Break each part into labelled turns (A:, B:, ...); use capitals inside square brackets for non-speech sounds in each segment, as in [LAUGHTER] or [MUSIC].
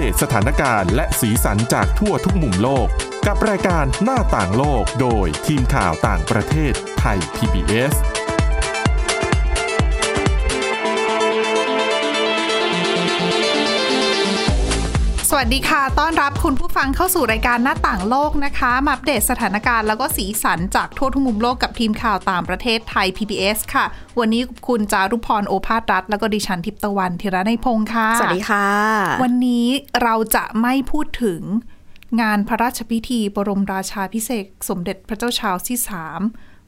A: ดตสถานการณ์และสีสันจากทั่วทุกมุมโลก กับรายการหน้าต่างโลกโดยทีมข่าวต่างประเทศไทย PBS
B: สวัสดีค่ะ ต้อนรับคุณผู้ฟังเข้าสู่รายการหน้าต่างโลกนะคะ มาอัปเดตสถานการณ์แล้วก็สีสันจากทั่วทุกมุมโลกกับทีมข่าวต่างประเทศไทย PBS ค่ะ วันนี้คุณจารุพรโอภาสรัฐ แล้วก็ดิฉันทิพย์ตะวันธีระในยพงค์ค่ะ
C: สวัสดีค่ะ
B: วันนี้เราจะไม่พูดถึงงานพระราชพิธีบรมราชาพิเศษกสมเด็จพระเจ้าชาวที่สาม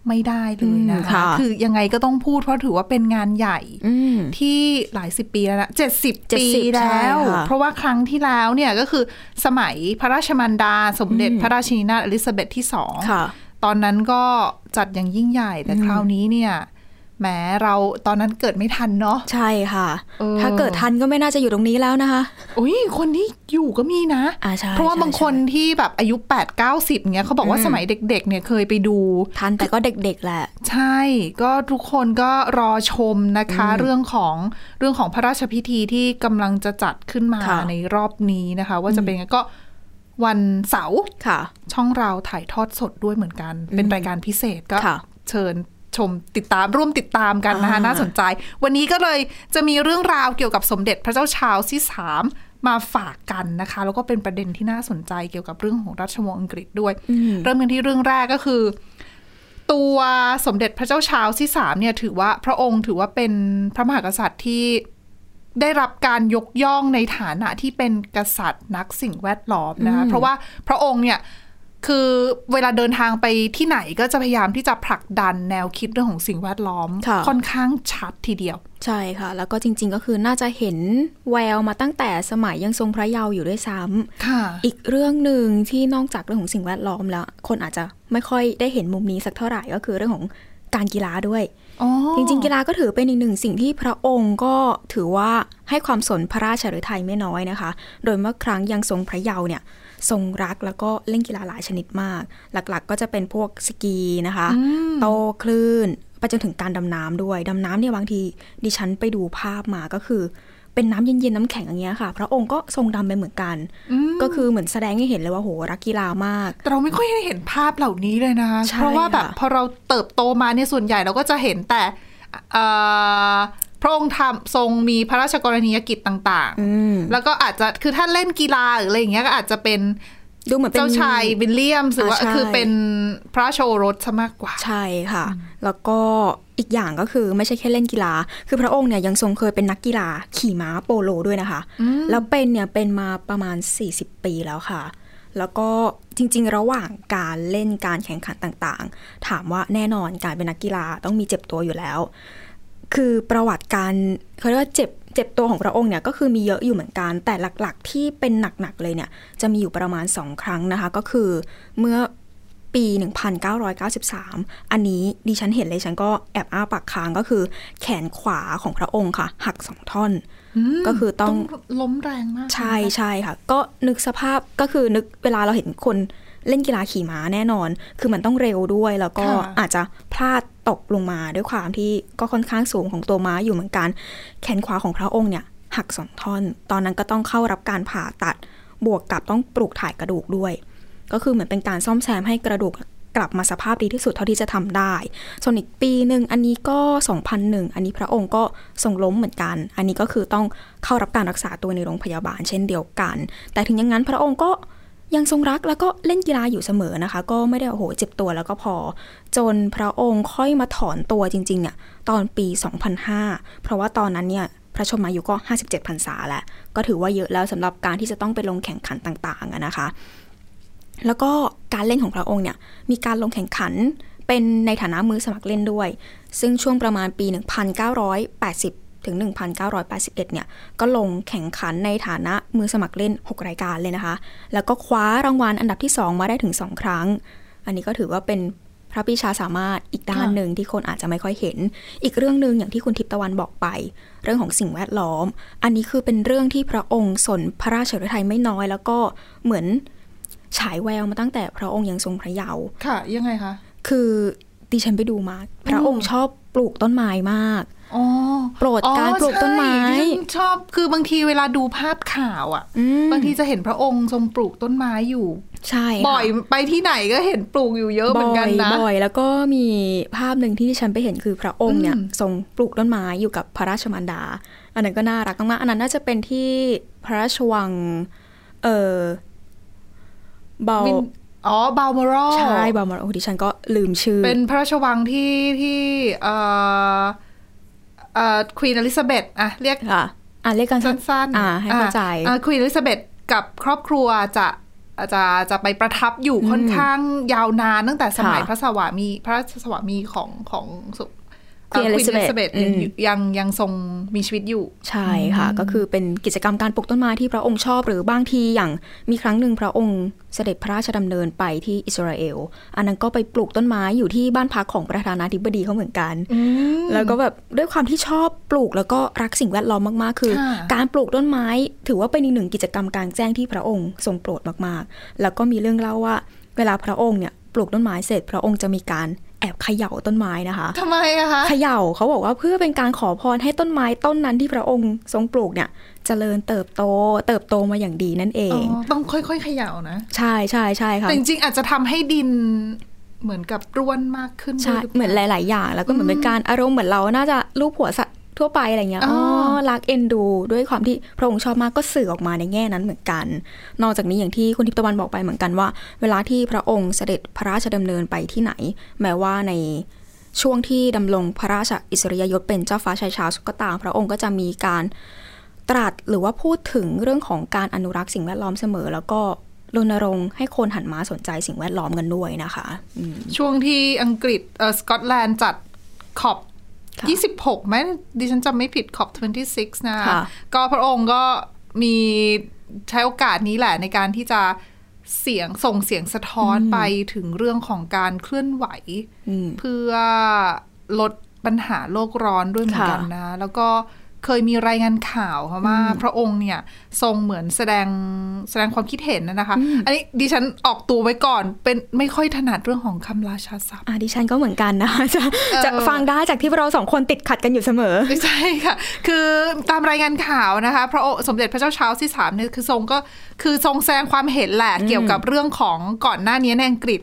B: ไม่ได้เลยนะ
C: อืมค่ะ
B: คือยังไงก็ต้องพูดเพราะถือว่าเป็นงานใหญ่
C: อืม
B: ที่หลายสิบปีแล้วนะเจ็ดสิบ
C: 70
B: ปีแล้ว
C: ใช่ค่ะ
B: เพราะว่าครั้งที่แล้วเนี่ยก็คือสมัยพระราชมันดา สมเด็จพระราชินีนาถอลิซาเบธที่สอง
C: ค่ะ
B: ตอนนั้นก็จัดอย่างยิ่งใหญ่ แต่คราวนี้เนี่ยแหมเราตอนนั้นเกิดไม่ทันเนาะ
C: ใช่ค่ะ
B: เออ
C: ถ้าเกิดทันก็ไม่น่าจะอยู่ตรงนี้แล้วนะคะ
B: อุ้ยคนที่อยู่ก็มีนะ
C: อ่าใช่
B: เพราะว่า
C: ใช่
B: บางคนที่แบบอายุ 8 9 0เนี่ยเขาบอกว่า
C: อืม
B: สมัยเด็กๆเนี่ยเคยไปดู
C: ทันแต่ก็เด็กๆแหละ
B: ใช่ ก็ทุกคนก็รอชมนะคะ เรื่องของเรื่องของพระราชพิธีที่กำลังจะจัดขึ้นมา
C: ค่ะ
B: ในรอบนี้นะคะ ว่าจะเป็นไงก็วันเสาร์
C: ค่ะ
B: ช่องเราถ่ายทอดสดด้วยเหมือนกัน เป็นรายการพิเศษก็
C: ค่ะ
B: เชิญชมติดตามร่วมติดตามกันนะคะ
C: อ่า
B: น่าสนใจ วันนี้ก็เลยจะมีเรื่องราวเกี่ยวกับสมเด็จพระเจ้าชาวที่สามมาฝากกันนะคะ แล้วก็เป็นประเด็นที่น่าสนใจเกี่ยวกับเรื่องของราชวงศ์อังกฤษด้วย
C: อืม
B: เริ่มกันที่เรื่องแรกก็คือ ตัวสมเด็จพระเจ้าชาวที่สามเนี่ยถือว่าพระองค์ถือว่าเป็นพระมหากษัตริย์ที่ได้รับการยกย่องในฐานะที่เป็นกษัตริย์นักสิ่งแวดล้อมนะคะเพราะว่าพระองค์เนี่ยคือเวลาเดินทางไปที่ไหนก็จะพยายามที่จะผลักดันแนวคิดเรื่องของสิ่งแวดล้อม
C: ค่ะ
B: ค่อนข้างชัดทีเดียว
C: ใช่ค่ะ แล้วก็จริงๆก็คือน่าจะเห็นแววมาตั้งแต่สมัยยังทรงพระเยาว์อยู่ด้วยซ้ำ
B: ค่ะ
C: อีกเรื่องหนึ่งที่นอกจากเรื่องของสิ่งแวดล้อมแล้ว คนอาจจะไม่ค่อยได้เห็นมุมนี้สักเท่าไหร่ก็คือเรื่องของการกีฬาด้วย จริงๆ กีฬาก็ถือเป็นอีกหนึ่งสิ่งที่พระองค์ก็ถือว่าให้ความสนพระราชฤทัยไม่น้อยนะคะ โดยเมื่อครั้งยังทรงพระเยาว์เนี่ยทรงรักแล้วก็เล่นกีฬาหลายชนิดมาก หลักๆ ก็จะเป็นพวกสกีนะคะ โตคลื่นไปจนถึงการดำน้ำด้วย ดำน้ำเนี่ยบางทีดิฉันไปดูภาพมาก็คือ เป็นน้ำเย็นๆน้ำแข็งอย่างเงี้ยค่ะ พระองค์ก็ทรงดำไปเหมือนกัน
B: อืม
C: ก็คือเหมือนแสดงให้เห็นเลยว่าโหรักกีฬามาก
B: แต่เราไม่ค่อยได้เห็นภาพเหล่านี้เลยนะคะ
C: ใช่
B: เพราะว่าแบบ
C: ค่ะ
B: พอเราเติบโตมาเนี่ยส่วนใหญ่เราก็จะเห็นแต่เอ่อพระองค์ทำทรงมีพระราชกรณียกิจต่าง
C: ม
B: แล้วก็อาจจะคือถ้าเล่นกีฬาหรืออะไรอย่างเงี้ยก็อาจจะเป็น
C: ดูเหมือนเป็น
B: เจ้าชายวิลเลียมหรือว่า
C: อ่าใช่
B: คือเป็นพระราชโอรสซะมากกว่า
C: ใช่ค่ะ แล้วก็อีกอย่างก็คือไม่ใช่แค่เล่นกีฬา คือพระองค์เนี่ยยังทรงเคยเป็นนักกีฬาขี่ม้าโปโลด้วยนะคะ แล้วเป็นเนี่ยเป็นมาประมาณ 40 ปีแล้วค่ะ แล้วก็จริงๆ ระหว่างการเล่นการแข่งขันต่างๆ ถามว่าแน่นอนการเป็นนักกีฬาต้องมีเจ็บตัวอยู่แล้ว คือประวัติการเขาเรียกว่าเจ็บเจ็บตัวของพระองค์เนี่ยก็คือมีเยอะอยู่เหมือนกัน แต่หลักๆ ที่เป็นหนักๆเลยเนี่ยจะมีอยู่ประมาณ 2 ครั้งนะคะ ก็คือเมื่อปี 1993 อันนี้ดิฉันเห็นเลยฉันก็แอบอ้าปากค้างก็คือ แขนขวาของพระองค์ค่ะ หักสองท่อน
B: อืม
C: ก็คือต้
B: ต้
C: อ
B: อง งล้มแรงมาก
C: ใช่ใช่ค่ะ ก็นึกสภาพก็คือนึกเวลาเราเห็นคนเล่นกีฬาขี่ม้าแน่นอน คือมันต้องเร็วด้วย แล้วก็อาจจะพลาดตกลงมาด้วยความที่ก็ค่อนข้างสูงของตัวม้าอยู่เหมือนกัน แขนขวาของพระองค์เนี่ย หักสองท่อน ตอนนั้นก็ต้องเข้ารับการผ่าตัดบวกกับต้องปลูกถ่ายกระดูกด้วย ก็คือเหมือนเป็นการซ่อมแซมให้กระดูกกลับมาสภาพดีที่สุดเท่าที่จะทำได้ ส่วนอีกปีหนึ่งอันนี้ก็ 2001 อันนี้พระองค์ก็ทรงล้มเหมือนกัน อันนี้ก็คือต้องเข้ารับการรักษาตัวในโรงพยาบาลเช่นเดียวกัน แต่ถึงอย่างนั้นพระองค์ก็ยังทรงรักแล้วก็เล่นกีฬาอยู่เสมอนะคะ ก็ไม่ได้โอ้โหเจ็บตัวแล้วก็พอ จนพระองค์ค่อยมาถอนตัวจริงๆเนี่ยตอนปี 2005 เพราะว่าตอนนั้นเนี่ยพระชนมายุก็ 57พรรษาแล้วก็ถือว่าเยอะแล้วสำหรับการที่จะต้องไปลงแข่งขันต่างๆอะนะคะ แล้วก็การเล่นของพระองค์เนี่ยมีการลงแข่งขันเป็นในฐานะมือสมัครเล่นด้วย ซึ่งช่วงประมาณปี 1980 ถึง 1981 เนี่ยก็ลงแข่งขันในฐานะมือสมัครเล่น 6 รายการเลยนะคะ แล้วก็คว้ารางวัลอันดับที่ 2 มาได้ถึง 2 ครั้ง อันนี้ก็ถือว่าเป็นพระปรีชาสามารถอีกด้านหนึ่งที่คนอาจจะไม่ค่อยเห็น อีกเรื่องหนึ่งอย่างที่คุณทิพย์ตะวันบอกไป เรื่องของสิ่งแวดล้อม อันนี้คือเป็นเรื่องที่พระองค์สนพระราชฤทัยไม่น้อย แล้วก็เหมือน ฉายแววมาตั้งแต่พระองค์ยังทรงพระเยาว์
B: ค่ะ ยังไงคะ
C: คือดิฉันไปดูมา พระองค์ชอบปลูกต้นไม้มาก
B: อ๋ อ๋อ
C: โปรดการปลูกต้นไม้
B: อ๋อใช่ดิฉันชอบคือบางทีเวลาดูภาพข่าวอ่ะ
C: อืม
B: บางทีจะเห็นพระองค์ทรงปลูกต้นไม้อยู่
C: ใช่ค่ะ
B: บ่อยไปที่ไหนก็เห็นปลูกอยู่เยอะเหมือนกันนะ
C: บ่อยๆแล้วก็มีภาพหนึ่งที่ดิฉันไปเห็นคือพระองค์เนี่ย
B: อืม
C: ทรงปลูกต้นไม้อยู่กับพระราชมารดา อันนั้นก็น่ารักมากๆอันนั้นน่าจะเป็นที่พระราชวัง เออเบา
B: วินอ๋อ บาลมอรอ
C: ใช่เบามารโอ้ดิฉันก็ลืมชื่อ
B: เป็นพระราชวังที่ที่เอ่อเอ่อควีนอลิซาเบธอ่ะเรียก
C: ค่ะ อ่านเรียกกัน
B: สั้นๆ
C: อ่าให้เข้าใจ
B: ควีนอลิซาเบธกับครอบครัวจะจะจะไปประทับอยู่ค่อนข้างยาวนานตั้งแต่สมัย
C: ค่ะ
B: พระสวามีพระราชสวามีของของสุ
C: ควีนอลิซาเบธอืม
B: ยังยังทรงมีชีวิตอยู่
C: ใช่ค่ะ ก็คือเป็นกิจกรรมการปลูกต้นไม้ที่พระองค์ชอบ หรือบางทีอย่างมีครั้งหนึ่งพระองค์เสด็จพระราชดำเนินไปที่อิสราเอล อันนั้นก็ไปปลูกต้นไม้อยู่ที่บ้านพักของประธานาธิบดีเขาเหมือนกัน แล้วก็แบบด้วยความที่ชอบปลูกแล้วก็รักสิ่งแวดล้อมมากๆ คือ
B: ค่ะ
C: การปลูกต้นไม้ ถือว่าเป็นอีกหนึ่งกิจกรรมกลางแจ้งที่พระองค์ทรงโปรดมากๆ แล้วก็มีเรื่องเล่าว่า เวลาพระองค์เนี่ยปลูกต้นไม้เสร็จ พระองค์จะมีการแอบเขย่าต้นไม้นะคะ
B: ทำไมอะคะ
C: เขย่าเขาบอกว่าเพื่อเป็นการขอพรให้ต้นไม้ต้นนั้นที่พระองค์ทรงปลูกเนี่ยเจริญเติบโต เติบโตมาอย่างดีนั่นเอง
B: อ๋อต้องค่อยๆเขย่านะ
C: ใช่ใช่ใช่ค่ะ
B: แต่จริงๆอาจจะทำให้ดินเหมือนกับร่วนมากขึ้น
C: ใช่
B: ด้วยรืปล่า
C: เหมือนหลาย ๆ อย่าง แล้วก็เหมือนเป็นการอารมณ์เหมือนเราน่าจะรูปหัวสัตว์ทั่วไปอะไรเงี้ย
B: อ๋
C: อ๋
B: อ
C: อ
B: อ๋
C: รักเอ็นดู ด้วยความที่พระองค์ชอบมากก็สื่อออกมาในแง่นั้นเหมือนกัน นอกจากนี้อย่างที่คุณทิพย์ตะวันบอกไปเหมือนกันว่า เวลาที่พระองค์เสด็จพระราชดำเนินไปที่ไหน แม้ว่าใน ช่วงที่ดำรงพระราชอิสริยยศเป็นเจ้าฟ้าชายชาวก็ตาม พระองค์ก็จะมีการตรัสหรือว่าพูดถึงเรื่องของการอนุรักษ์สิ่งแวดล้อมเสมอ แล้วก็รณรงค์ให้คนหันมาสนใจสิ่งแวดล้อมกันด้วยนะคะอืม
B: ช่วงที่อังกฤษเออสกอตแลนด์จัดขอบ
C: ค่ะ
B: 26ไหมดิฉันจำไม่ผิดขอบ 26 นะ
C: ค่ะ
B: ก็พระองค์ก็มีใช้โอกาสนี้แหละในการที่จะเสียงส่งเสียงสะท้อนไปถึงเรื่องของการเคลื่อนไหว
C: อืม
B: เพื่อลดปัญหาโลกร้อนด้วยเหมือนกันนะ แล้วก็เคยมีรายงานข่าวค่ะว่าพระองค์เนี่ยทรงเหมือนแสดงแสดงความคิดเห็นนะนะคะ อันนี้ดิฉันออกตัวไว้ก่อนเป็นไม่ค่อยถนัดเรื่องของคำราชาศัพท์
C: อ่ะดิฉันก็เหมือนกันนะ [LAUGHS] จะจะ
B: เออ
C: ฟังได้จากที่เราสองคนติดขัดกันอยู่เสมอ
B: [LAUGHS] ไม่ใช่ค่ะ คือตามรายงานข่าวนะคะ พระโอสมเด็จพระเจ้าชาร์ลส์ที่สามเนี่ยคือทรงก็คือทรงแสดงความเห็นแหละเกี่ยวกับเรื่องของก่อนหน้านี้ในอังกฤษ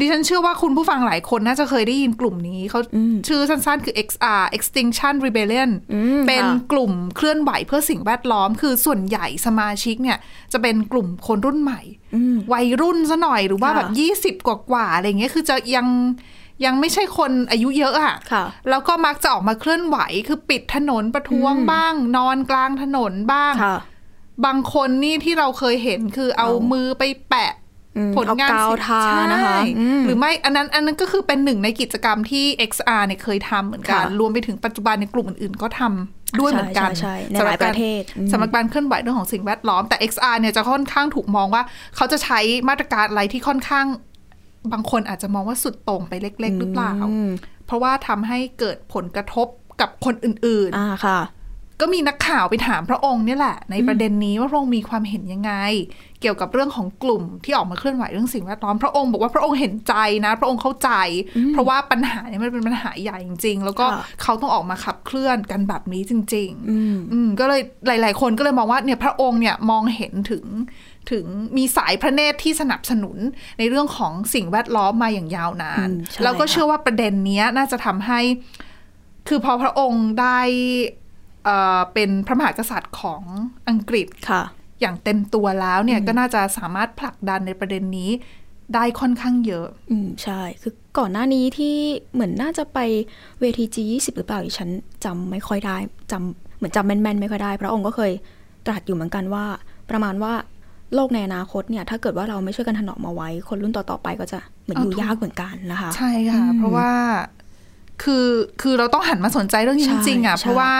B: ดิฉันเชื่อว่าคุณผู้ฟังหลายคนน่าจะเคยได้ยินกลุ่มนี้เขาชื่อสั้นๆ คือ XR Extinction Rebellion
C: อืม
B: เป็น
C: ค่ะ
B: กลุ่มเคลื่อนไหวเพื่อสิ่งแวดล้อม คือส่วนใหญ่สมาชิกเนี่ยจะเป็นกลุ่มคนรุ่นใหม่
C: อืม
B: วัยรุ่นซะหน่อยหรือว่า
C: ค่ะ
B: แบบยี่สิบกว่ากว่าๆอะไรเงี้ยคือจะยังยังไม่ใช่คนอายุเยอะอะ
C: ค่ะ
B: แล้วก็มักจะออกมาเคลื่อนไหวคือปิดถนนประท้วง
C: อืม
B: บ้าง นอนกลางถนนบ้าง
C: ค่ะ
B: บางคนนี่ที่เราเคยเห็นคือเอา
C: เอา
B: มื
C: มื
B: อไปแปะ
C: อืม
B: ผลงาน
C: เอกาว
B: ศิลป์
C: ทานะคะ
B: ใช่
C: อืม
B: หรือไม่อันนั้นอันนั้นก็คือเป็นหนึ่งในกิจกรรมที่ XR เนี่ยเคยทำเหมือนกัน
C: ค่ะ
B: รวมไปถึงปัจจุบันในยกลุ่มอื่นๆ ก็ทำด้วยเหมือนกัน
C: ใช่ใช่ใช่ในหลายประเทศอืม
B: สำหรับการเคลื่อนไหวเรื่องของสิ่งแวดล้อมแต่ XR เนี่ยจะค่อนข้างถูกมองว่า เขาจะใช้มาตรการอะไรที่ค่อนข้าง บางคนอาจจะมองว่าสุดโต่งไปเล็ก ๆ หรือเปล่า
C: อืม
B: เพราะว่าทำให้เกิดผลกระทบกับคนอื่น ๆ
C: อ่าค่ะ
B: ก็มีนักข่าวไปถามพระองค์เนี่ยแหละ ในประเด็นนี้ว่าพระองค์มีความเห็นยังไง เกี่ยวกับเรื่องของกลุ่มที่ออกมาเคลื่อนไหวเรื่องสิ่งแวดล้อมพระองค์บอกว่าพระองค์เห็นใจนะ พระองค์เข้าใจ เพราะว่าปัญหาเนี่ยมันเป็นปัญหาใหญ่จริง ๆ แล้วก็
C: ค่ะ
B: เขาต้องออกมาขับเคลื่อนกันแบบนี้จริง ๆ
C: อืม
B: อืมก็เลยหลาย ๆ คนก็เลยมองว่าเนี่ยพระองค์เนี่ยมองเห็นถึงถึงมีสายพระเนตรที่สนับสนุนในเรื่องของสิ่งแวดล้อมมาอย่างยาวนาน
C: อืมใช่
B: แล้วก็
C: ค่ะ
B: เชื่อว่าประเด็นเนี้ยน่าจะทำให้ คือพอพระองค์ได้เอ่อเป็นพระมหากษัตริย์ของอังกฤษ
C: ค่ะ
B: อย่างเต็มตัวแล้วเนี่ยก็น่าจะสามารถผลักดันในประเด็นนี้ได้ค่อนข้างเยอะ
C: อืม ใช่ คือก่อนหน้านี้ที่เหมือนน่าจะไปเวที G20 หรือเปล่าดิฉันจำไม่ค่อยได้จำเหมือนจำแม่นๆ ไม่ค่อยได้ พระองค์ก็เคยตรัสอยู่เหมือนกันว่า ประมาณว่าโลกในอนาคตเนี่ย ถ้าเกิดว่าเราไม่ช่วยกันถนอมมาไว้ คนรุ่นต่อ ๆ ไปก็จะเหมือน
B: เอา
C: อยู่
B: ถูก
C: ยากเหมือนกันนะคะ
B: ใช่ค่ะ เพราะว่าคือคือเราต้องหันมาสนใจเรื่องนี้
C: ใช่
B: จริงๆอ่ะ
C: ใช่
B: เพราะว่า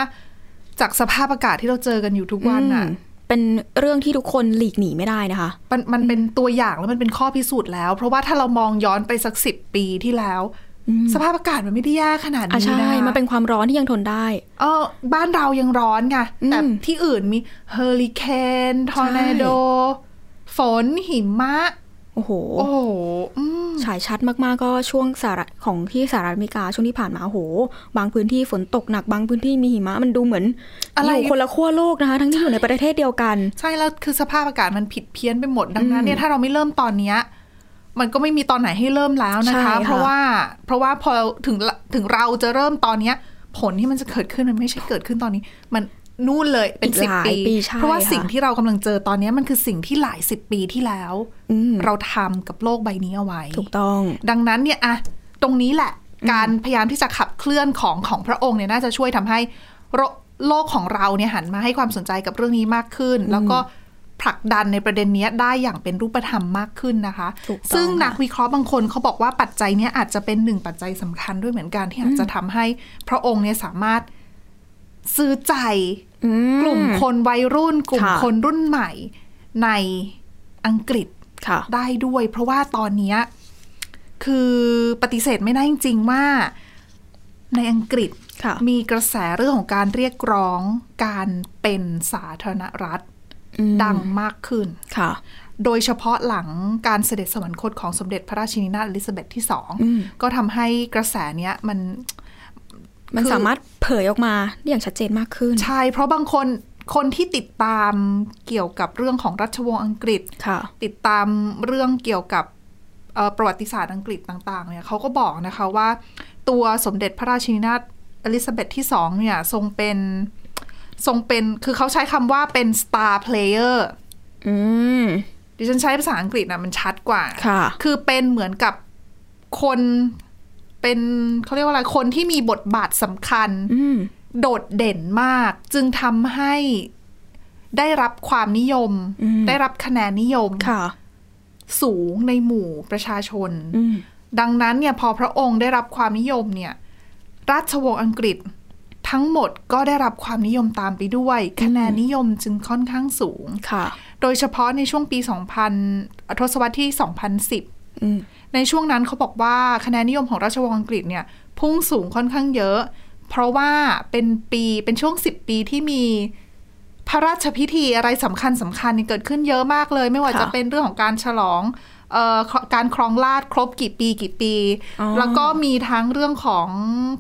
B: จากสภาพอากาศที่เราเจอกันอยู่ทุกวันอ่ะ
C: อืมเป็นเรื่องที่ทุกคนหลีกหนีไม่ได้นะคะ
B: มันมันเป็นตัวอย่างแล้วมันเป็นข้อพิสูจน์แล้ว เพราะว่าถ้าเรามองย้อนไปสักสิบปีที่แล้ว สภาพอากาศมันไม่ได้แย่ขนาด
C: อ่ะ
B: นี้
C: ใช่
B: นะ
C: มันเป็นความร้อนที่ยังทนได้
B: เออบ้านเรายังร้อนไง
C: อืม
B: แต่ที่อื่นมีเฮอริเคนทอร์นาโดฝนหิมะ
C: โห โอ้โห
B: โอ้โหอืม
C: ฉายชัดมากๆก็ช่วงสหรัฐของที่สหรัฐอเมริกาช่วงที่ผ่านมาโอ้โห บางพื้นที่ฝนตกหนักบางพื้นที่มีหิมะมันดูเหมือน
B: อะไร
C: ยู่คนละขั้วโลกนะคะ ทั้งที่อยู่ในประเทศเดียวกัน
B: ใช่แล้วคือสภาพอากาศมันผิดเพี้ยนไปหมดดังนั้นเนี่ยถ้าเราไม่เริ่มตอนเนี้ยมันก็ไม่มีตอนไหนให้เริ่มแล้วนะคะ
C: ใช่ค่ะ
B: เพราะว่าเพราะว่าพอถึงถึงเราจะเริ่มตอนเนี้ย ผลที่มันจะเกิดขึ้นมันไม่ใช่เกิดขึ้นตอนนี้ มันนู่นเลยเป็น
C: อีก
B: สิบ
C: หลาย
B: ปี
C: ปีใช่
B: เพราะว่า
C: ค่ะ
B: สิ่งที่เรากำลังเจอตอนเนี้ยมันคือสิ่งที่หลายสิบปีที่แล้ว
C: อืม
B: เราทำกับโลกใบนี้เอาไว้
C: ถูกต้อง
B: ดังนั้นเนี่ยอะตรงนี้แหละ การพยายามที่จะขับเคลื่อนของของพระองค์เนี่ยน่าจะช่วยทำให้โรโลกของเราเนี่ยหันมาให้ความสนใจกับเรื่องนี้มากขึ้น แล้วก็ผลักดันในประเด็นเนี้ยได้อย่างเป็นรูปธรรมมากขึ้นนะคะ
C: ถูกต้อง
B: ซึ่ง
C: ค่ะ
B: นักวิเคราะห์บางคนเขาบอกว่าปัจจัยเนี้ยอาจจะเป็นหนึ่งปัจจัยสำคัญด้วยเหมือนกันที่อาจจะทำให้พระองค์เนี่ยสามารถซื้อใจ
C: อืม
B: กลุ่มคนวัยรุ่น กลุ่ม
C: ค่ะ
B: คนรุ่นใหม่ในอังกฤษ
C: ค่ะ
B: ได้ด้วย เพราะว่าตอนเนี้ยคือปฏิเสธไม่ได้จริงๆว่าในอังกฤษ
C: ค่ะ
B: มีกระแสเรื่องของการเรียกร้องการเป็นสาธารณรัฐ
C: อืม
B: ดังมากขึ้น
C: ค่ะ
B: โดยเฉพาะหลังการเสด็จสวรรคตของสมเด็จพระราชินีนาถอลิซาเบธที่สอง
C: อืม
B: ก็ทำให้กระแสเนี้ยมัน
C: มัน
B: คือ
C: สามารถเผยออกมาได้อย่างชัดเจนมากขึ้น
B: ใช่ เพราะบางคนคนที่ติดตามเกี่ยวกับเรื่องของรัชวงศ์อังกฤษ
C: ค่ะ
B: ติดตามเรื่องเกี่ยวกับเอ่อประวัติศาสตร์อังกฤษต่างๆเนี่ยเขาก็บอกนะคะว่า ตัวสมเด็จพระราชินีนาถอลิซาเบธที่สองเนี่ยทรงเป็นทรงเป็นคือเขาใช้คำว่าเป็น star player
C: อืม
B: ดิฉันใช้ภาษาอังกฤษนะมันชัดกว่า
C: ค่ะ
B: คือเป็นเหมือนกับคนเป็นเขาเรียกว่าอะไรคนที่มีบทบาทสำคัญ
C: อืม
B: โดดเด่นมาก จึงทำให้ได้รับความนิยม
C: อืม
B: ได้รับคะแนนนิยม
C: ค่ะ
B: สูงในหมู่ประชาชน
C: อืม
B: ดังนั้นเนี่ยพอพระองค์ได้รับความนิยมเนี่ย ราชวงศ์อังกฤษทั้งหมดก็ได้รับความนิยมตามไปด้วย คะแนนนิยมจึงค่อนข้างสูง
C: ค่ะ
B: โดยเฉพาะในช่วงปี 2000 ทศวรรษที่ 2010
C: อืม
B: ในช่วงนั้นเขาบอกว่าคะแนนนิยมของราชวงศ์อังกฤษเนี่ย พุ่งสูงค่อนข้างเยอะ เพราะว่าเป็นปีเป็นช่วง 10 ปีที่มีพระราชพิธีอะไรสำคัญสำคัญเนี่ยเกิดขึ้นเยอะมากเลย ไม่ว่า
C: ค่ะ
B: จะเป็นเรื่องของการฉลองเอ่อการครองราชย์ครบกี่ปีกี่ปี
C: อ๋อ
B: แล้วก็มีทั้งเรื่องของ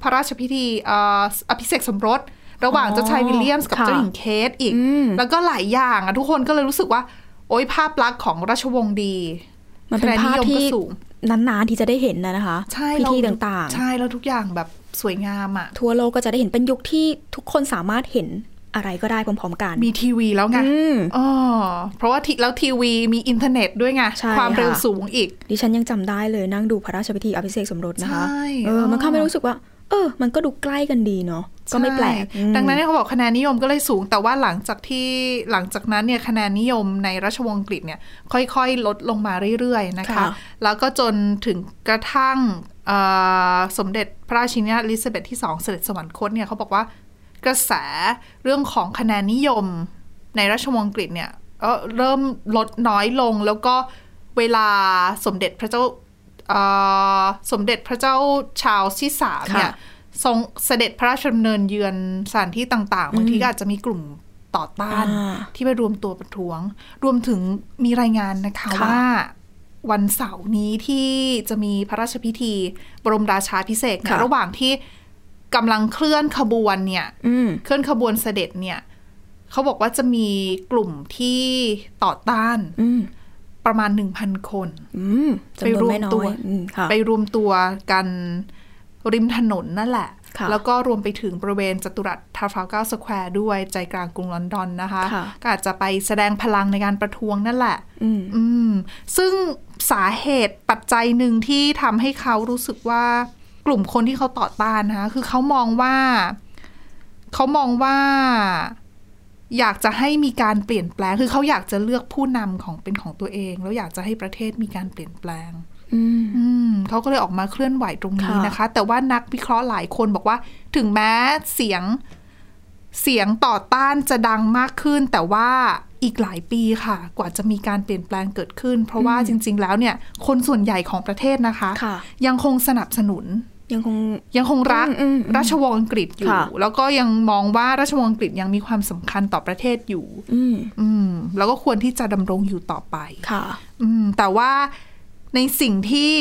B: พระราชพิธีเอ่ออภิเษกสมรส ระหว่างเจ้าชายวิลเลียมส์กับ
C: ค่ะ
B: เจ้าหญิงเคธอีก
C: อืม
B: แล้วก็หลายอย่างอ่ะทุกคนก็เลยรู้สึกว่า โอ๊ยภาพลักษณ์ของราชวงศ์ดี
C: มันเป็น
B: คะ
C: ภาพ
B: แก็
C: ที่
B: สูง
C: นานๆที่จะได้เห็นนะนะคะ
B: ใช่
C: พิธี
B: เร
C: ต่างๆ
B: ใช่แล้วทุกอย่างแบบสวยงามอะ่ะ
C: ทั่วโลกก็จะได้เห็นเป็นยุคที่ทุกคนสามารถเห็นอะไรก็ได้พร้อมๆกัน
B: มีทีวีแล้วไง
C: อืม
B: อ๋อเพราะว่าทีแล้วทีวีมีอินเทอร์เน็ตด้วยไง
C: ใช่
B: ความเร็ว
C: ค่ะ
B: สูงอีก
C: ดิฉันยังจำได้เลยนั่งดูพระราชพิธีอภิเษกสมรสนะคะ
B: ใช่
C: เออ
B: เออ
C: มันเข้าไม่รู้สึกว่า เออ มันก็ดูใกล้กันดีเนาะก็ไม่แปลก
B: ใช่
C: อืม
B: ดังนั้นเนยเขาบอกคะแนนนิยมก็เลยสูง แต่ว่าหลังจากที่หลังจากนั้นเนี่ยคะแนนนิยมในราชวงศ์อังกฤษเนี่ยค่อยๆ ลดลงมาเรื่อยๆนะคะ
C: ค่ะ
B: แล้วก็จนถึงกระทั่งเอ่อสมเด็จพระราชินีนาถอลิซาเบธที่สองเสด็จสวรรคตเนี่ยเขาบอกว่ากระแสเรื่องของคะแนนนิยมในราชวงศ์อังกฤษเนี่ยเอ่อเริ่มลดน้อยลงแล้วก็เวลาสมเด็จพระเจ้าเอ่อสมเด็จพระเจ้าชาร์ลส์ที่สามเนี่ย
C: ค่ะ
B: ทรงเสด็จพระราชดำเนินเยือนสถานที่ต่างๆบางทีก็อาจจะมีกลุ่มต่อต้าน
C: อ่า
B: ที่ไปรวมตัวประท้วง รวมถึงมีรายงานนะคะ
C: ค่ะ
B: ว่าวันเสาร์นี้ที่จะมีพระราชพิธี บรมราชาพิเศษกเนี่ยระหว่างที่กำลังเคลื่อนขบวนเนี่ย
C: อืม
B: เคลื่อนขบวนเสด็จเนี่ยเขาบอกว่าจะมีกลุ่มที่ต่อต้าน
C: อืม
B: ประมาณ 1,000 คน
C: อืมจำนวนไม่น้อ
B: ไปรวมตัว
C: ยอืมค่ะ
B: ไปรวมตัวกันริมถนนนั่นแหละ
C: ค่ะ
B: แล้วก็รวมไปถึงบริเวณจัตุรัสทาฟาลการ์สแควร์ด้วยใจกลางกรุงลอนดอนนะคะ
C: ค่ะ
B: ก็อาจจะไปแสดงพลังในการประท้วงนั่นแหละ
C: อืม
B: อืม ซึ่งสาเหตุปัจจัยหนึ่งที่ทำให้เขารู้สึกว่ากลุ่มคนที่เขาต่อต้านนะคะ คือเขามองว่า เขามองว่าอยากจะให้มีการเปลี่ยนแปลง คือเขาอยากจะเลือกผู้นำของเป็นของตัวเอง แล้วอยากจะให้ประเทศมีการเปลี่ยนแปลง
C: อืม
B: อืมเขาก็เลยออกมาเคลื่อนไหวตรงนี้
C: ค่ะ
B: นะคะ แต่ว่านักวิเคราะห์หลายคนบอกว่า ถึงแม้เสียงเสียงต่อต้านจะดังมากขึ้น แต่ว่าอีกหลายปีค่ะ กว่าจะมีการเปลี่ยนแปลงเกิดขึ้น เพราะว่าจริง ๆ แล้วเนี่ย คนส่วนใหญ่ของประเทศนะคะ
C: ค่ะ
B: ยังคงสนับสนุน
C: ยังคง
B: ยังคงรัก
C: อืมอืมอืม
B: ราชวงศ์อังกฤษอยู่
C: ค่ะ
B: แล้วก็ยังมองว่าราชวงศ์อังกฤษยังมีความสำคัญต่อประเทศอยู่
C: อืม
B: อืม แล้วก็ควรที่จะดำรงอยู่ต่อไป
C: ค่ะ
B: อืม แต่ว่าในสิ่งที่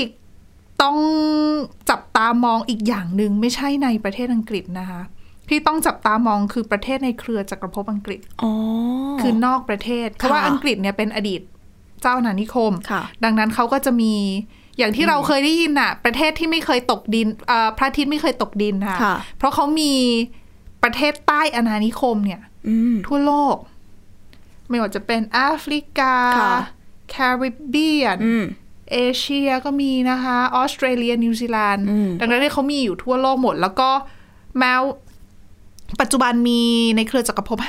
B: ต้องจับตามองอีกอย่างหนึ่งไม่ใช่ในประเทศอังกฤษนะคะ ที่ต้องจับตามองคือประเทศในเครือจักรภพอังกฤษ
C: อ๋อ
B: คือนอกประเทศ เพราะว่าอังกฤษเนี่ยเป็นอดีตเจ้าอาณานิคม
C: ค่ะ
B: ดังนั้นเขาก็จะมีอย่างที่เราเคยได้ยินอะประเทศที่ไม่เคยตกดินเอ่อพระอาทิตย์ไม่เคยตกดินค่ะ
C: ค่ะ
B: เพราะเขามีประเทศใต้อาณานิคมเนี่ย
C: อืม
B: ทั่วโลก ไม่ว่าจะเป็นแอฟริกา
C: ค่ะ
B: แคริบเบียน
C: อืม
B: เอเชียก็มีนะคะออสเตรเลียนิวซีแลนด์
C: อืม
B: ดังนั้นเนี่ยเขามีอยู่ทั่วโลกหมด แล้วก็แม้วปัจจุบันมีในเครือจักรภพ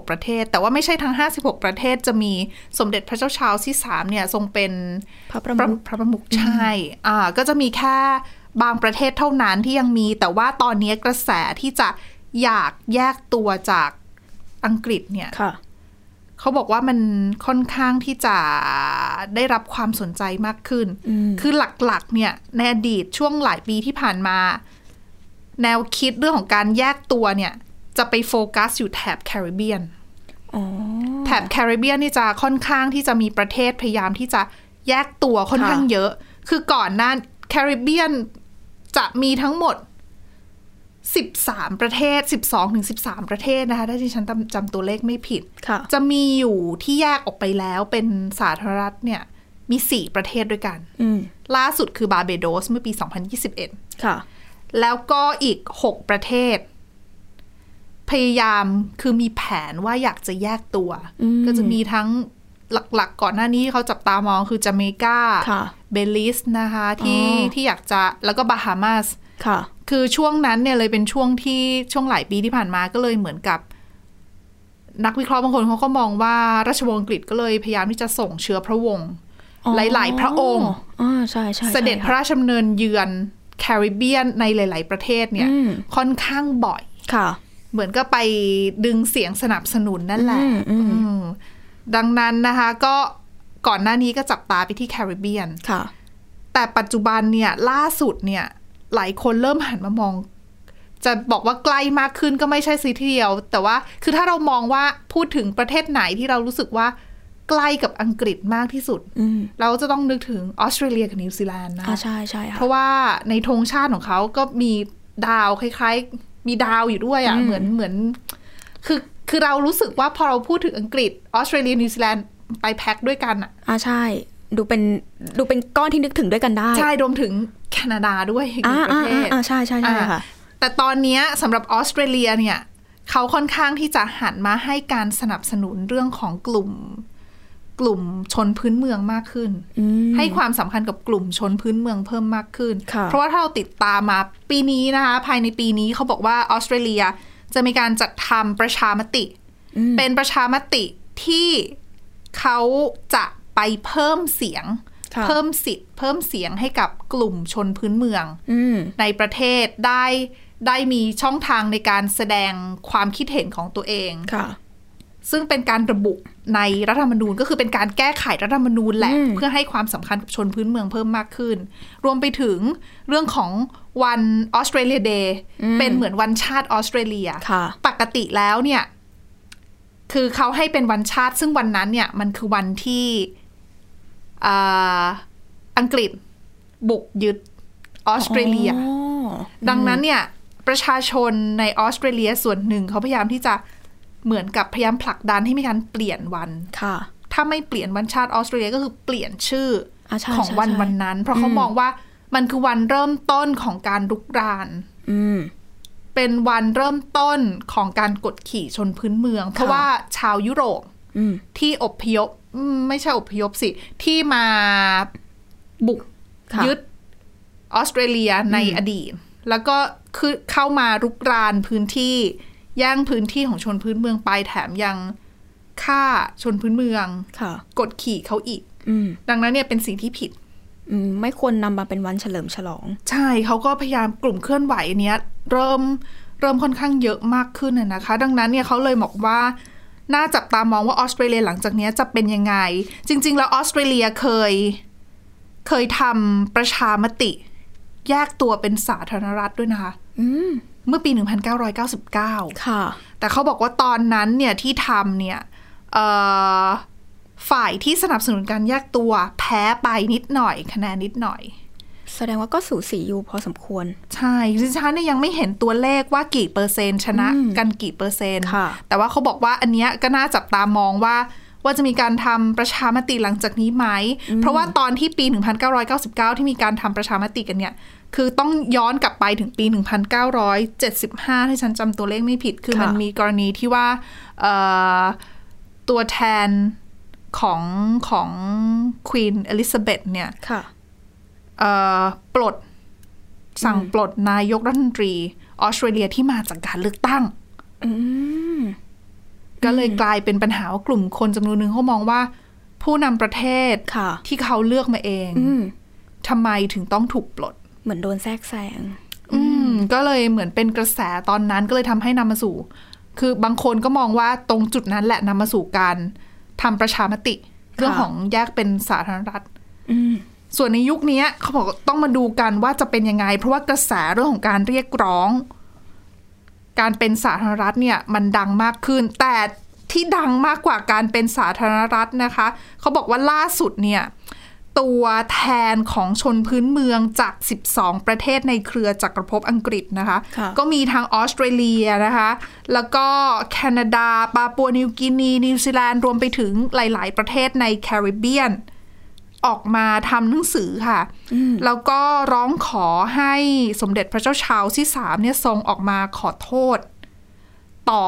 B: 56 ประเทศ แต่ว่าไม่ใช่ทั้ง 56 ประเทศจะมีสมเด็จพระเจ้าชารลส์ที่ 3 เนี่ย ทรงเป็น
C: พระประ
B: พระ
C: มุข
B: พระประมุขใช่อ่าก็จะมีแค่บางประเทศเท่านั้นที่ยังมี แต่ว่าตอนนี้กระแสที่จะอยากแยกตัวจากอังกฤษเนี่ย
C: ค่ะ
B: เขาบอกว่ามันค่อนข้างที่จะได้รับความสนใจมากขึ้น
C: อืม
B: คือหลักๆ เนี่ยในอดีตช่วงหลายปีที่ผ่านมา แนวคิดเรื่องของการแยกตัวเนี่ย จะไปโฟกัสอยู่แถบแคริบเบียน
C: อ๋อ
B: แถบแคริบเบียนนี่จะค่อนข้างที่จะมีประเทศพยายามที่จะแยกตัวค่อนข้าง
C: ค่ะ
B: เยอะ คือก่อนหน้าแคริบเบียนจะมีทั้งหมด 13 ประเทศ 12ถึง13 ประเทศนะคะถ้าที่ฉันจำจำตัวเลขไม่ผิด
C: ค่ะ
B: จะมีอยู่ที่แยกออกไปแล้วเป็นสาธารณรัฐเนี่ย มี 4 ประเทศด้วยกัน
C: อืม
B: ล่าสุดคือบาเบโดสเมื่อปี
C: ค่ะ
B: 2021 แล้วก็อีก 6 ประเทศ พยายามคือมีแผนว่าอยากจะแยกตัว
C: อืม
B: ก็จะมีทั้งหลักๆ ก่อนหน้านี้ที่เขาจับตามองคือจาเมกา
C: ค่ะ
B: เบลิสนะคะที่
C: อ๋อ
B: ที่อยากจะแล้วก็บาฮามาส
C: ค่ะ
B: คือช่วงนั้นเนี่ยเลยเป็นช่วงที่ช่วงหลายปีที่ผ่านมาก็เลยเหมือนกับ นักวิเคราะห์บางคนเขาก็มองว่าราชวงศ์อังกฤษก็เลยพยายามที่จะส่งเชื้อพระวงศ์
C: อ๋อ
B: หลายๆพระองค์
C: อ่าใช่ใช่ใช่
B: เสด็จพระราชดำเนินเยือนแคริบเบียนในหลาย ๆ ประเทศเนี่ย
C: อืม
B: ค่อนข้างบ่อย
C: ค่ะ
B: เหมือนก็ไปดึงเสียงสนับสนุนนั่นแหละ
C: อืมอืม
B: อืมดังนั้นนะคะก็ก่อนหน้านี้ก็จับตาไปที่แคริบเบียน
C: ค่ะ
B: แต่ปัจจุบันเนี่ยล่าสุดเนี่ยหลายคนเริ่มหันมามอง จะบอกว่าใกล้มากขึ้นก็ไม่ใช่ซีทีเดียว แต่ว่าคือถ้าเรามองว่าพูดถึงประเทศไหนที่เรารู้สึกว่าใกล้กับอังกฤษมากที่สุด
C: อืม
B: เราจะต้องนึกถึงออสเตรเลียกับนิวซีแลนด์นะ
C: อ่าใช่ใช่ค่ะ
B: เพราะว่าในธงชาติของเขาก็มีดาวคล้ายๆ มีดาวอยู่ด้วยอะ่ะ
C: อืม
B: เหมือนเหมือนคือคือเรารู้สึกว่าพอเราพูดถึงอังกฤษออสเตรเลียนิวซีแลนด์ไปแพ็คด้วยกันอ่ะ
C: อ่าใช่ ดูเป็นดูเป็นก้อนที่นึกถึงด้วยกันได้
B: ใช่รวมถึงแคนาดาด้วยอีกห
C: อ่า
B: นึ่งประ
C: อ่า
B: เทศ
C: อ่าอ่าใช่ใช่ใช่
B: อ่า
C: ค่ะ
B: แต่ตอนเนี้ยสำหรับออสเตรเลียเนี่ยเขาค่อนข้างที่จะหันมาให้การสนับสนุนเรื่องของกลุ่ม กลุ่มชนพื้นเมืองมากขึ้น
C: อืม
B: ให้ความสำคัญกับกลุ่มชนพื้นเมืองเพิ่มมากขึ้น
C: ค่ะ
B: เพราะว่าถ้าเราติดตามมาปีนี้นะคะภายในปีนี้เขาบอกว่าออสเตรเลียจะมีการจัดทำประชามติ
C: อืม
B: เป็นประชามติที่เขาจะไปเพิ่มเสียง
C: ค่ะ
B: เพิ่มสิทธิ์เพิ่มเสียงให้กับกลุ่มชนพื้นเมือง
C: อืม
B: ในประเทศได้ได้มีช่องทางในการแสดงความคิดเห็นของตัวเอง
C: ค่ะ
B: ซึ่งเป็นการระบุในรัฐธรรมนูญก็คือเป็นการแก้ไขรัฐธรรมนูญแหละ
C: อืม
B: เพื่อให้ความสำคัญกับชนพื้นเมืองเพิ่มมากขึ้น รวมไปถึงเรื่องของวันออสเตรเลียเดย์เป็นเหมือนวันชาติออสเตรเลีย
C: ค่ะ
B: ปกติแล้วเนี่ย คือเขาให้เป็นวันชาติ ซึ่งวันนั้นเนี่ย มันคือวันที่อ่าอังกฤษบุกยึดออสเตรเลีย
C: อ๋อ
B: ดังนั้นเนี่ยประชาชนในออสเตรเลียส่วนหนึ่งเขาพยายามที่จะเหมือนกับพยายามผลักดันให้มีการเปลี่ยนวัน
C: ค่ะ
B: ถ้าไม่เปลี่ยนวันชาติออสเตรเลียก็คือเปลี่ยนชื่อ
C: อ่าใช่
B: ของ
C: ใช่
B: วัน
C: ใช่
B: วันนั้น เพราะเขามองว่ามันคือวันเริ่มต้นของการลุกราน
C: อืม
B: เป็นวันเริ่มต้นของการกดขี่ชนพื้นเมือง เพราะ
C: ค่ะ
B: ว่าชาวยุโรป
C: อืม
B: ที่อพยพอืมไม่ใช่อพยพสิ ที่มาบุก
C: ค่ะ
B: ยึดออสเตรเลียในอดีต แล้วก็คือเข้ามารุกรานพื้นที่แย่งพื้นที่ของชนพื้นเมืองไปแถมยังฆ่าชนพื้นเมือง
C: ค่ะ
B: กดขี่เขาอีก
C: อืม
B: ดังนั้นเนี่ยเป็นสิ่งที่ผิด
C: อืม ไม่ควรนำมาเป็นวันเฉลิมฉลอง
B: ใช่เขาก็พยายามกลุ่มเคลื่อนไหวเนี้ยเริ่มเริ่มค่อนข้างเยอะมากขึ้นน่ะนะคะ ดังนั้นเนี่ยเขาเลยบอกว่าน่าจับตามองว่าออสเตรเลียหลังจากเนี้ยจะเป็นยังไง จริง ๆ แล้วออสเตรเลียเคยเคยทำประชามติ แยกตัวเป็นสาธารณรัฐด้วยนะคะ
C: อืม
B: เมื่อปี 1999
C: ค่ะ
B: แต่เขาบอกว่าตอนนั้นเนี่ยที่ทำเนี่ยเอ่อฝ่ายที่สนับสนุนการแยกตัวแพ้ไปนิดหน่อย คะแนนนิดหน่อย
C: แสดงว่าก็สูสีอยู่พอสมควร
B: ใช่ดิฉันเนี่ยยังไม่เห็นตัวเลขว่ากี่เปอร์เซ็นต์ ชนะ
C: อืม
B: กันกี่เปอร์เซ็นต์
C: ค่ะ
B: แต่ว่าเขาบอกว่าอันเนี้ยก็น่าจับตามองว่า ว่าจะมีการทำประชามติหลังจากนี้ไหม เพราะว่าตอนที่ปี 1999 ที่มีการทำประชามติกันเนี่ย คือต้องย้อนกลับไปถึงปี 1975 ถ้าฉันจำตัวเลขไม่ผิด คือมันมีกรณีที่ว่าเอ่อตัวแทนของของควีนอลิซาเบธเนี่ย
C: ค่ะ
B: เอ่อปลดสั่งปลดนายกรัฐมนตรีออสเตรเลียที่มาจากการเลือกตั้ง
C: อืม
B: ก็เลยกลายเป็นปัญหาว่ากลุ่มคนจำนวนหนึ่งเขามองว่า ผู้นำประเทศ
C: ค่ะ
B: ที่เขาเลือกมาเอง
C: อืม
B: ทำไมถึงต้องถูกปลด
C: เหมือนโดนแทรกแซง
B: อืมก็เลยเหมือนเป็นกระแสตอนนั้นก็เลยทำให้นำมาสู่ คือบางคนก็มองว่าตรงจุดนั้นแหละนำมาสู่การทำประชามติ เรื่องของแยกเป็นสาธารณรัฐ
C: อืม
B: ส่วนในยุคนี้เขาบอกต้องมาดูกันว่าจะเป็นยังไง เพราะว่ากระแสเรื่องของการเรียกร้อง การเป็นสาธารณรัฐเนี่ยมันดังมากขึ้น แต่ที่ดังมากกว่าการเป็นสาธารณรัฐนะคะ เขาบอกว่าล่าสุดเนี่ยตัวแทนของชนพื้นเมืองจาก 12 ประเทศในเครือจักรภพอังกฤษนะคะ
C: ค่ะ
B: ก็มีทางออสเตรเลียนะคะ แล้วก็แคนาดา ปาปัวนิวกินี นิวซีแลนด์ รวมไปถึงหลาย ๆ ประเทศในแคริบเบียน ออกมาทำหนังสือค่ะ แล้วก็ร้องขอให้สมเด็จพระเจ้าชาร์ลส์ที่สามเนี่ยทรงออกมาขอโทษ ต่อ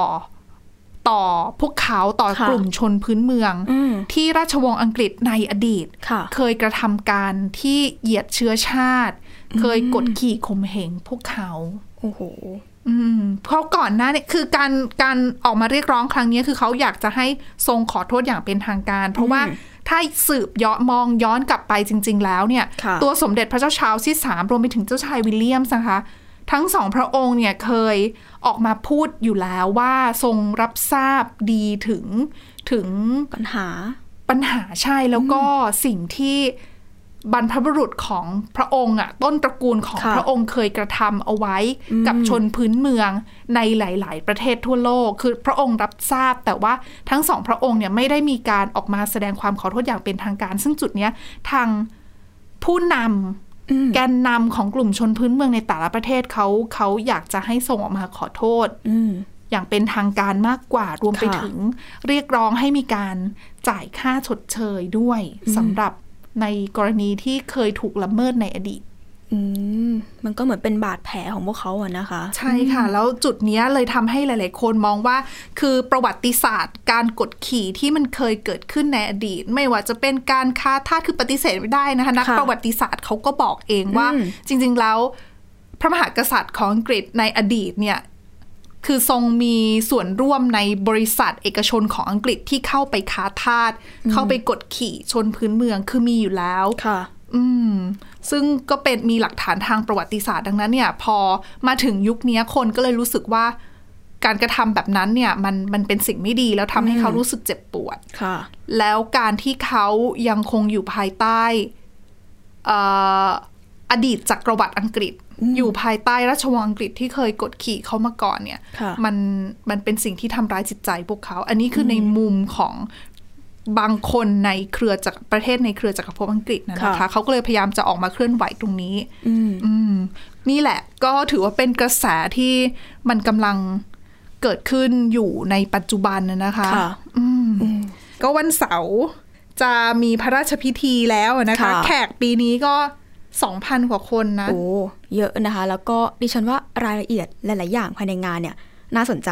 B: ต่อพวกเขาต่อ
C: ค่ะ
B: กลุ่มชนพื้นเมือง
C: อืม
B: ที่ราชวงศ์อังกฤษในอดีต
C: ค่ะ
B: เคยกระทำการที่เหยียดเชื้อชาติ เคยกดขี่ข่มเหงพวกเขา
C: โอ้โห
B: อืมเพราะก่อนหน้าเนี่ยคือการการออกมาเรียกร้องครั้งนี้คือเขาอยากจะให้ทรงขอโทษอย่างเป็นทางการ เพราะว่าถ้าสืบย้อนมองย้อนกลับไปจริง ๆ แล้วเนี่ย
C: ค่ะ
B: ตัวสมเด็จพระเจ้าชาร์ลส์ที่สามรวมไปถึงเจ้าชายวิลเลียมส์นะคะ ทั้งสองพระองค์เนี่ยเคยออกมาพูดอยู่แล้วว่าทรงรับทราบดีถึงถึง
C: ปัญหา
B: ปัญหาใช่แล้วก็สิ่งที่บรรพบุรุษของพระองค์อ่ะต้นตระกูลของ
C: ค่ะ
B: พระองค์เคยกระทำเอาไว้กับชนพื้นเมืองในหลาย ๆ ประเทศทั่วโลก คือพระองค์รับทราบ แต่ว่าทั้งสองพระองค์เนี่ยไม่ได้มีการออกมาแสดงความขอโทษอย่างเป็นทางการ ซึ่งจุดเนี้ยทางผู้น
C: อืม
B: ำแกนนำของกลุ่มชนพื้นเมืองในแต่ละประเทศเขาเขาอยากจะให้ส่งออกมาขอโทษ
C: อืม
B: อย่างเป็นทางการมากกว่ารวมไป
C: ค่ะ
B: ถึงเรียกร้องให้มีการจ่ายค่าชดเชยด้วยสำหรับในกรณีที่เคยถูกละเมิดในอดีต
C: อืม มันก็เหมือนเป็นบาดแผลของพวกเขาอะนะคะ
B: ใช่ค่ะ แล้วจุดเนี้ยเลยทำให้หลาย ๆ คนมองว่า คือประวัติศาสตร์ การกดขี่ที่มันเคยเกิดขึ้นในอดีต ไม่ว่าจะเป็นการค้าทาสคือปฏิเสธไม่ได้นะคะนัก
C: ค่ะ
B: ประวัติศาสตร์เขาก็บอกเองว่า
C: อืม
B: จริง ๆ แล้ว พระมหากษัตริย์ของอังกฤษในอดีตเนี่ย คือทรงมีส่วนร่วมในบริษัทเอกชนของอังกฤษที่เข้าไปค้าทาสเข้าไปกดขี่ชนพื้นเมืองคือมีอยู่แล้ว
C: ค่ะ
B: อืม ซึ่งก็เป็นมีหลักฐานทางประวัติศาสตร์ดังนั้นเนี่ย พอมาถึงยุคเนี้ยคนก็เลยรู้สึกว่า การกระทำแบบนั้นเนี่ย มันมันเป็นสิ่งไม่ดีแล้วทำให้เขารู้สึกเจ็บปวด
C: ค่ะ
B: แล้วการที่เขายังคงอยู่ภายใต้เอ่ออดีตจักรวรรดิอังกฤษ อยู่ภายใต้ราชวงศ์อังกฤษที่เคยกดขี่เขามาก่อนเนี่ย
C: ค่ะ
B: มันมันเป็นสิ่งที่ทำร้ายจิตใจพวกเขา อันนี้คือในมุมของบางคนในเครือจากรประเทศในเครือจักรภพอังกฤษนะนะคะ เขาก็เลยพยายามจะออกมาเคลื่อนไหวตรงนี้
C: อืม
B: อืมนี่แหละก็ถือว่าเป็นกระแสที่มันกำลังเกิดขึ้นอยู่ในปัจจุบันน่ะนะคะ
C: ค่ะ
B: อืมก็วันเสาร์จะมีพระราชพิธีแล้วนะคะ
C: ค่ะ
B: แขกปีนี้ก็ 2,000 กว่าคนนะ
C: โอ้ เยอะนะคะ แล้วก็ดิฉันว่ารายละเอียดหลาย ๆ อย่างภายในงานเนี่ย น่าสนใจ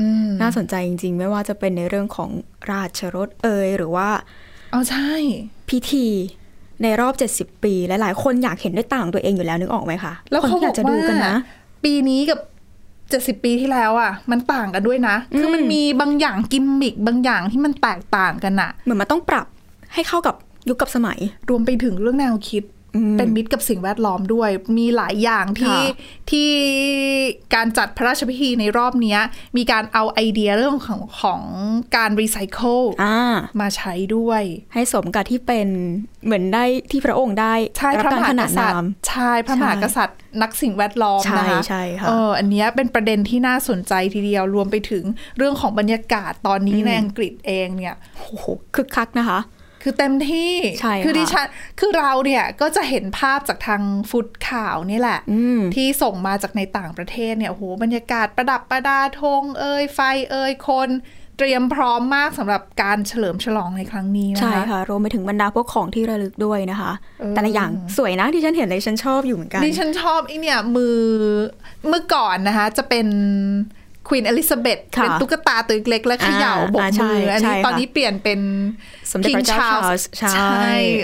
B: อืม
C: น่าสนใจจริง ๆ ไม่ว่าจะเป็นในเรื่องของราชรถเอย หรือว่า
B: เอาใช่
C: พิธีในรอบ 70 ปี หลาย ๆ คนอยากเห็นด้วยตาของตัวเองอยู่แล้วนึกออกไหมคะ
B: แล้วเขา
C: คนก็อยากจะดูกันนะ
B: ปีนี้กับเจ็ดสิบ70 ปีที่แล้วอ่ะ มันต่างกันด้วยนะ คือมันมีบางอย่างกิมมิกบางอย่างที่มันแตกต่างกันอะ
C: เหมือนมันต้องปรับให้เข้ากับยุคกับสมัย
B: รวมไปถึงเรื่องแนวคิด
C: อืม
B: เป็นมิตรกับสิ่งแวดล้อมด้วย มีหลายอย่างที่
C: ค่ะ
B: ที่การจัดพระราชพิธีในรอบเนี้ย มีการเอาไอเดียเรื่องของของการรีไซเคิล
C: อ่า
B: มาใช้ด้วย
C: ให้สมกับที่เป็นเหมือนได้ที่พระองค์ได้
B: ใช่
C: รั
B: พระ
C: กา
B: หาก
C: มรขนาน
B: ษัต
C: นา
B: ริ
C: ม
B: ย์ใช่พระมหากษัตริย์ นักสิ่งแวดล้อม
C: ใช่
B: นะคะ
C: ใช่ค่ะ
B: เอออันเนี้ยเป็นประเด็นที่น่าสนใจทีเดียวรวมไปถึงเรื่องของบรรยากาศตอนนี้ในอังกฤษเองเนี่ย
C: โอ้โหคึกคักนะคะ
B: คือเต็มที่
C: ใช่ค่ะ
B: คือดิฉันคือเราเนี่ยก็จะเห็นภาพจากทางฟุตข่าวนี่แหละ
C: อืม
B: ที่ส่งมาจากในต่างประเทศเนี่ยโอ้โหบรรยากาศประดับประดาธงเอ่ยไฟเอ่ยคน เตรียมพร้อมมากสำหรับการเฉลิมฉลองในครั้งนี้นะคะ
C: ใช่ค่ะรวมไปถึงบรรดาพวกของที่ระลึกด้วยนะคะ
B: เออ
C: แต่ละอย่างสวยนะที่ฉันเห็นเลยฉันชอบอยู่เหมือนกัน
B: ดิฉันชอบไอเนี่ยมือเมื่อก่อนนะคะ จะเป็นควีนอลิซาเบธ
C: ค่ะ
B: เป็นตุ๊กตาตัวเล็กๆและเขย่า
C: อ่า
B: บก
C: อ่าใช่
B: มืออัน
C: ใช่
B: นี้
C: ค่ะ
B: ตอนนี้เปลี่ยนเป็น
C: สมเด็จพระเจ้า Charles ใช่
B: ใช่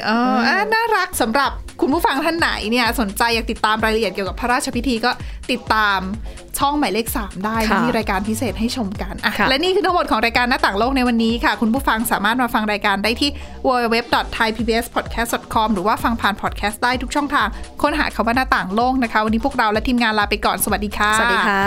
B: เออออ่ะน่ารักสำหรับคุณผู้ฟังท่านไหนเนี่ยสนใจอยากติดตามรายละเอียดเกี่ยวกับพระราชพิธีก็ติดตามช่องหมายเลข 3 ได้นะ
C: ค่ะ
B: มีรายการพิเศษให้ชมกันอ่ะ
C: ค่ะ
B: และนี่คือทั้งหมดของรายการหน้าต่างโลกในวันนี้ค่ะ คุณผู้ฟังสามารถมาฟังรายการได้ที่ www.thaipbspodcast.com หรือว่าฟังผ่านพอดแคสต์ได้ทุกช่องทาง ค้นหาคำว่าหน้าต่างโลกนะคะ วันนี้พวกเราและทีมงานลาไปก่อนสวัสดีค่ะ
C: สวัสดีค่ะ